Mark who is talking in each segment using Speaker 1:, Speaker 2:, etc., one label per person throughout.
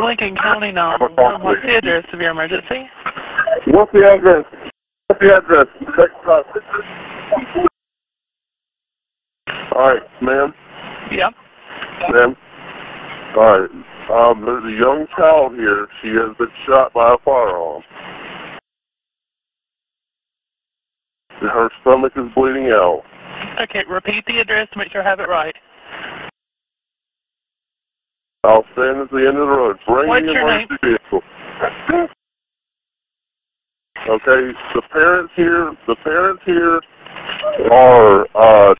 Speaker 1: Lincoln County 911. What's the address of your emergency?
Speaker 2: What's the address? What's the address? Check the clock. All right, ma'am,
Speaker 1: Yep.
Speaker 2: ma'am. All right. Um, there's a young child here. She has been shot by a firearm. Her stomach is bleeding out.
Speaker 1: Okay, repeat the address to make sure I have it right.
Speaker 2: I'll stand at the end of the road. Bring
Speaker 1: What's
Speaker 2: the
Speaker 1: your
Speaker 2: emergency vehicle. Okay, the parents here, the parents here are, uh,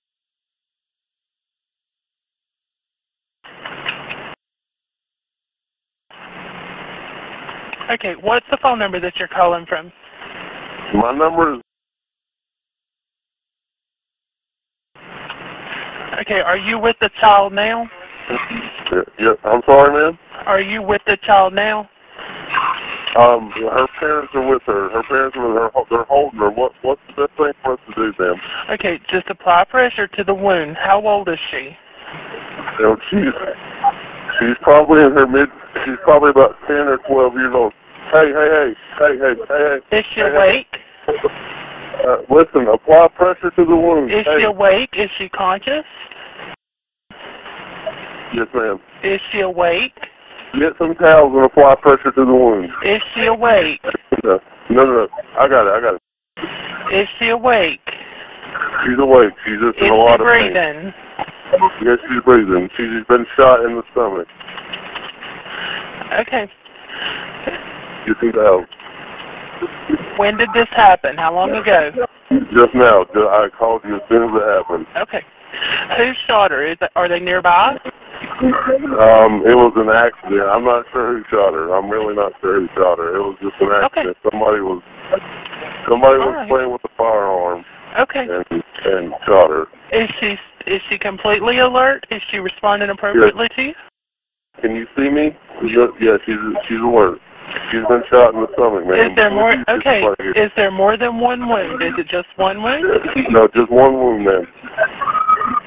Speaker 1: Okay, what's the phone number that you're calling from?
Speaker 2: my number is,
Speaker 1: Okay, are you with the child now?
Speaker 2: yeah, yeah, I'm sorry, ma'am.
Speaker 1: Are you with the child now?
Speaker 2: Um, her parents are with her. Her parents are with her. They're holding her. What, what's the best thing for us to do, ma'am?
Speaker 1: Okay, just apply pressure to the wound. How old is she?
Speaker 2: You know, she's, she's probably in her mid, she's probably about 10 or 12 years old. Hey, hey, hey, hey, hey, hey, hey.
Speaker 1: Is she awake?
Speaker 2: Uh, listen, apply pressure to the wound.
Speaker 1: Is
Speaker 2: hey.
Speaker 1: she awake? Is she conscious?
Speaker 2: Yes, ma'am.
Speaker 1: Is she awake?
Speaker 2: Get some towels and apply pressure to the wound.
Speaker 1: Is she awake?
Speaker 2: No, no, no. no. I got it. I got it.
Speaker 1: Is she awake?
Speaker 2: She's awake. She's just
Speaker 1: Is
Speaker 2: in a
Speaker 1: she
Speaker 2: lot of
Speaker 1: breathing?
Speaker 2: pain. Yes, she's breathing. She's been shot in the stomach.
Speaker 1: Okay.
Speaker 2: Get some towels.
Speaker 1: When did this happen? How long ago?
Speaker 2: Just now, ju- I called you as soon as it happened.
Speaker 1: Okay. Who shot her? Is are they nearby?
Speaker 2: Um, it was an accident. I'm not sure who shot her. I'm really not sure who shot her. It was just an accident. Somebody was somebody was
Speaker 1: All right.
Speaker 2: playing with a firearm
Speaker 1: Okay.
Speaker 2: and and shot her.
Speaker 1: Is she is she completely alert? Is she responding appropriately to you?
Speaker 2: Can you see me? You- Yeah, she's she's alert. She's been shot in the stomach, man.
Speaker 1: Is there more?
Speaker 2: She's just
Speaker 1: Okay.
Speaker 2: like-
Speaker 1: Is there more than one wound? Is it just one wound?
Speaker 2: No, just one wound, man.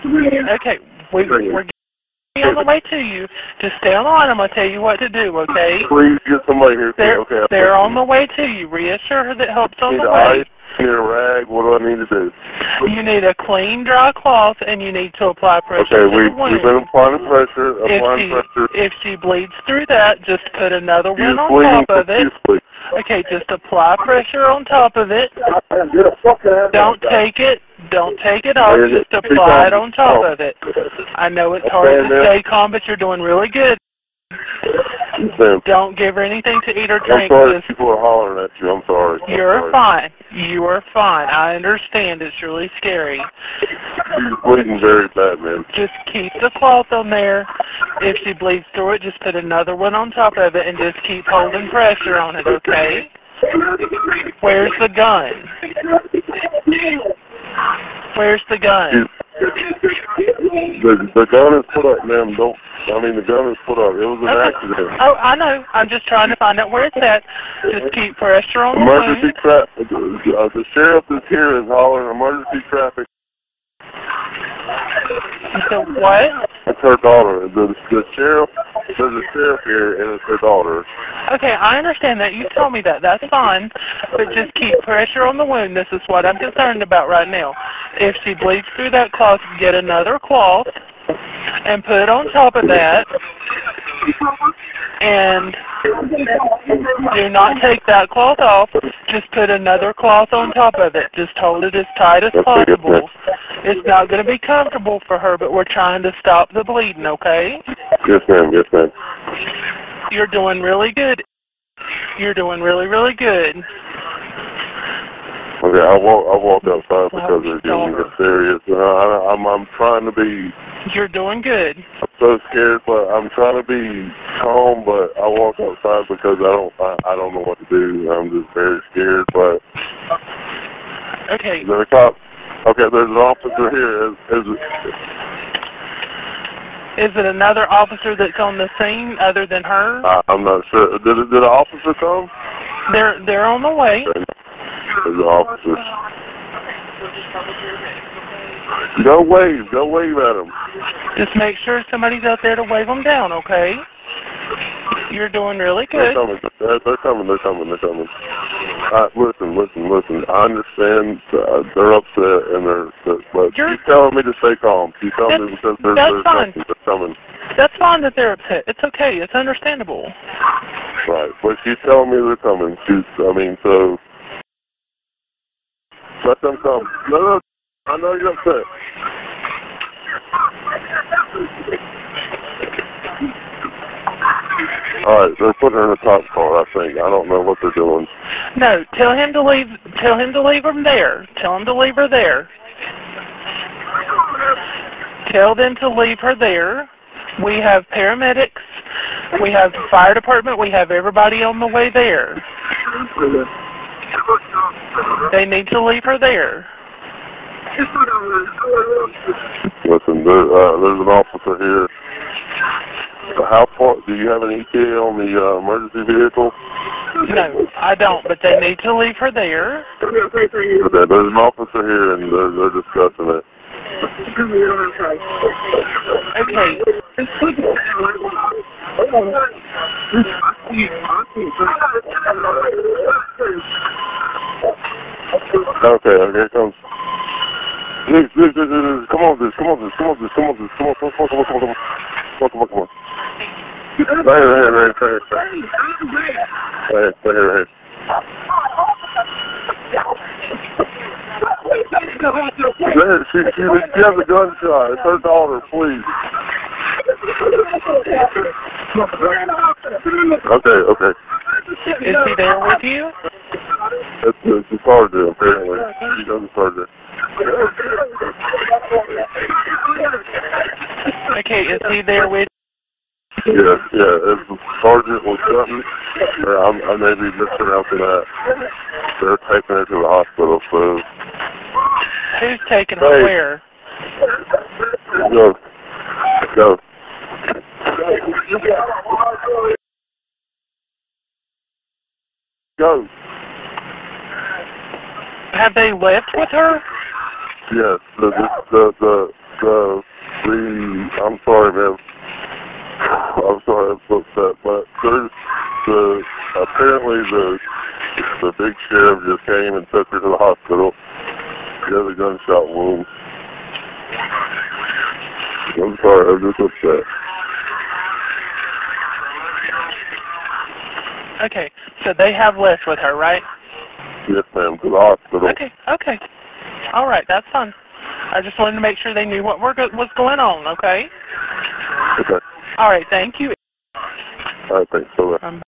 Speaker 1: Okay. We we're getting on the way to you. Just stay on the line. I'm gonna tell you what to do. Okay.
Speaker 2: Please get somebody here.
Speaker 1: They're
Speaker 2: okay, I'll-
Speaker 1: they're on the way to you. Reassure her that help's on
Speaker 2: Need
Speaker 1: the way.
Speaker 2: ice. Need a rag. What do I need to do?
Speaker 1: You need a clean, dry cloth, and you need to apply
Speaker 2: Okay,
Speaker 1: pressure
Speaker 2: we
Speaker 1: to the wound.
Speaker 2: we've been applying pressure.
Speaker 1: if
Speaker 2: Applying
Speaker 1: she
Speaker 2: pressure.
Speaker 1: if she bleeds through that, just put another
Speaker 2: She's
Speaker 1: one on
Speaker 2: bleeding
Speaker 1: top of it.
Speaker 2: profusely.
Speaker 1: Okay, just apply pressure on top of it. Don't take it. Don't take it off.
Speaker 2: Is it-
Speaker 1: Just apply it on top of it. I know it's hard
Speaker 2: Okay,
Speaker 1: to
Speaker 2: ma'am.
Speaker 1: stay calm, but you're doing really good.
Speaker 2: Ma'am,
Speaker 1: Don't give her anything to eat or
Speaker 2: I'm
Speaker 1: drink.
Speaker 2: sorry.
Speaker 1: Just-
Speaker 2: People are hollering at you. I'm sorry. I'm
Speaker 1: you're
Speaker 2: sorry.
Speaker 1: fine. You are fine. I understand. It's really scary.
Speaker 2: She's bleeding very bad, man.
Speaker 1: Just keep the cloth on there. If she bleeds through it, just put another one on top of it and just keep holding pressure on it, okay? Where's the gun? Where's the gun?
Speaker 2: She's, the the gun is put up, ma'am. Don't. I mean, the gun is put up. It was an accident.
Speaker 1: Oh, I know. I'm just trying to find out where it's at. Just keep pressure on the
Speaker 2: Emergency
Speaker 1: wound.
Speaker 2: traffic. Uh, the sheriff is here is hollering emergency traffic.
Speaker 1: You said what?
Speaker 2: It's her daughter. The, the sheriff. There's a sheriff here, and it's her daughter.
Speaker 1: Okay, I understand that. You told me that. That's fine. But just keep pressure on the wound. This is what I'm concerned about right now. If she bleeds through that cloth, get another cloth and put it on top of that. And do not take that cloth off. Just put another cloth on top of it. Just hold it as tight as
Speaker 2: That's pretty good,
Speaker 1: possible. It's not going to be comfortable for her, but we're trying to stop the bleeding, okay?
Speaker 2: Yes, ma'am. Yes, ma'am.
Speaker 1: You're doing really good. You're doing really, really good.
Speaker 2: Okay, I walk. I walked outside because they're getting
Speaker 1: Daughter.
Speaker 2: serious, and I, I'm I'm trying to be.
Speaker 1: You're doing good.
Speaker 2: I'm so scared, but I'm trying to be calm. But I walked outside because I don't. I, I don't know what to do. I'm just very scared. But
Speaker 1: Okay.
Speaker 2: there's a cop. Okay, there's an officer here. Is, is
Speaker 1: Is it another officer that's on the scene other than her?
Speaker 2: I, I'm not sure. Did did the officer come?
Speaker 1: They're they're on the way.
Speaker 2: There's an officer. Go wave. Go wave at him.
Speaker 1: Just make sure somebody's out there to wave them down, okay? You're doing really good.
Speaker 2: They're coming. They're, they're coming. They're coming. They're coming. Uh, listen, listen, listen. I understand uh, they're upset and they're, they're but
Speaker 1: You're-
Speaker 2: keep telling me to stay calm. Keep telling me
Speaker 1: That's-
Speaker 2: because they're,
Speaker 1: that's
Speaker 2: they're,
Speaker 1: fine.
Speaker 2: nothing. they're coming.
Speaker 1: That's fine that they're upset. It's okay. It's understandable.
Speaker 2: Right. But she's telling me they're coming. She's, I mean, so let them come. No, no. I know you're upset. All right, they're putting her in a top car. I think I don't know what they're doing.
Speaker 1: No, tell him to leave. Tell him to leave them there. Tell him to leave her there. Tell them to leave her there. We have paramedics. We have the fire department. We have everybody on the way there. They need to leave her there.
Speaker 2: Listen, there, uh, there's an officer here. How far? Do you have an ETA on the uh, emergency vehicle?
Speaker 1: No, I don't. But they need to leave her there.
Speaker 2: Okay, there's an officer here, and they're, they're discussing it.
Speaker 1: Okay.
Speaker 2: Okay, uh, here it comes. Zeus, Zeus, Zeus, Zeus, Come on, Zeus, come on, Zeus, come on, Zeus, come on, Zeus, come on, come on, come on, come on, come on, come on, come on, come on. Right here, right here, right here, right here. Right here, right here, right here. There, she, she, she has a gunshot. It's her daughter, please. Okay, okay.
Speaker 1: Is he there with you?
Speaker 2: It's, it's a sergeant, apparently. She does a sergeant.
Speaker 1: Okay, is he there with?
Speaker 2: Yeah, yeah. It's a sergeant with something. Or I'm, I may be mispronouncing that. They're taking her to the hospital, so.
Speaker 1: Who's taking her
Speaker 2: Hey.
Speaker 1: where?
Speaker 2: Go. Go. Go.
Speaker 1: Have they left with her?
Speaker 2: Yes, the the the the the. the I'm sorry, man. I'm sorry, I'm so upset, but there's the apparently the the big sheriff just came and took her to the hospital. She has a gunshot wound. I'm sorry, I'm just upset.
Speaker 1: Okay, so they have left with her, right?
Speaker 2: Yes, ma'am, to the hospital.
Speaker 1: Okay, okay. All right, that's fine. I just wanted to make sure they knew what were go- was going on, okay?
Speaker 2: Okay.
Speaker 1: All right, thank you.
Speaker 2: All right, thanks so much.
Speaker 1: Um,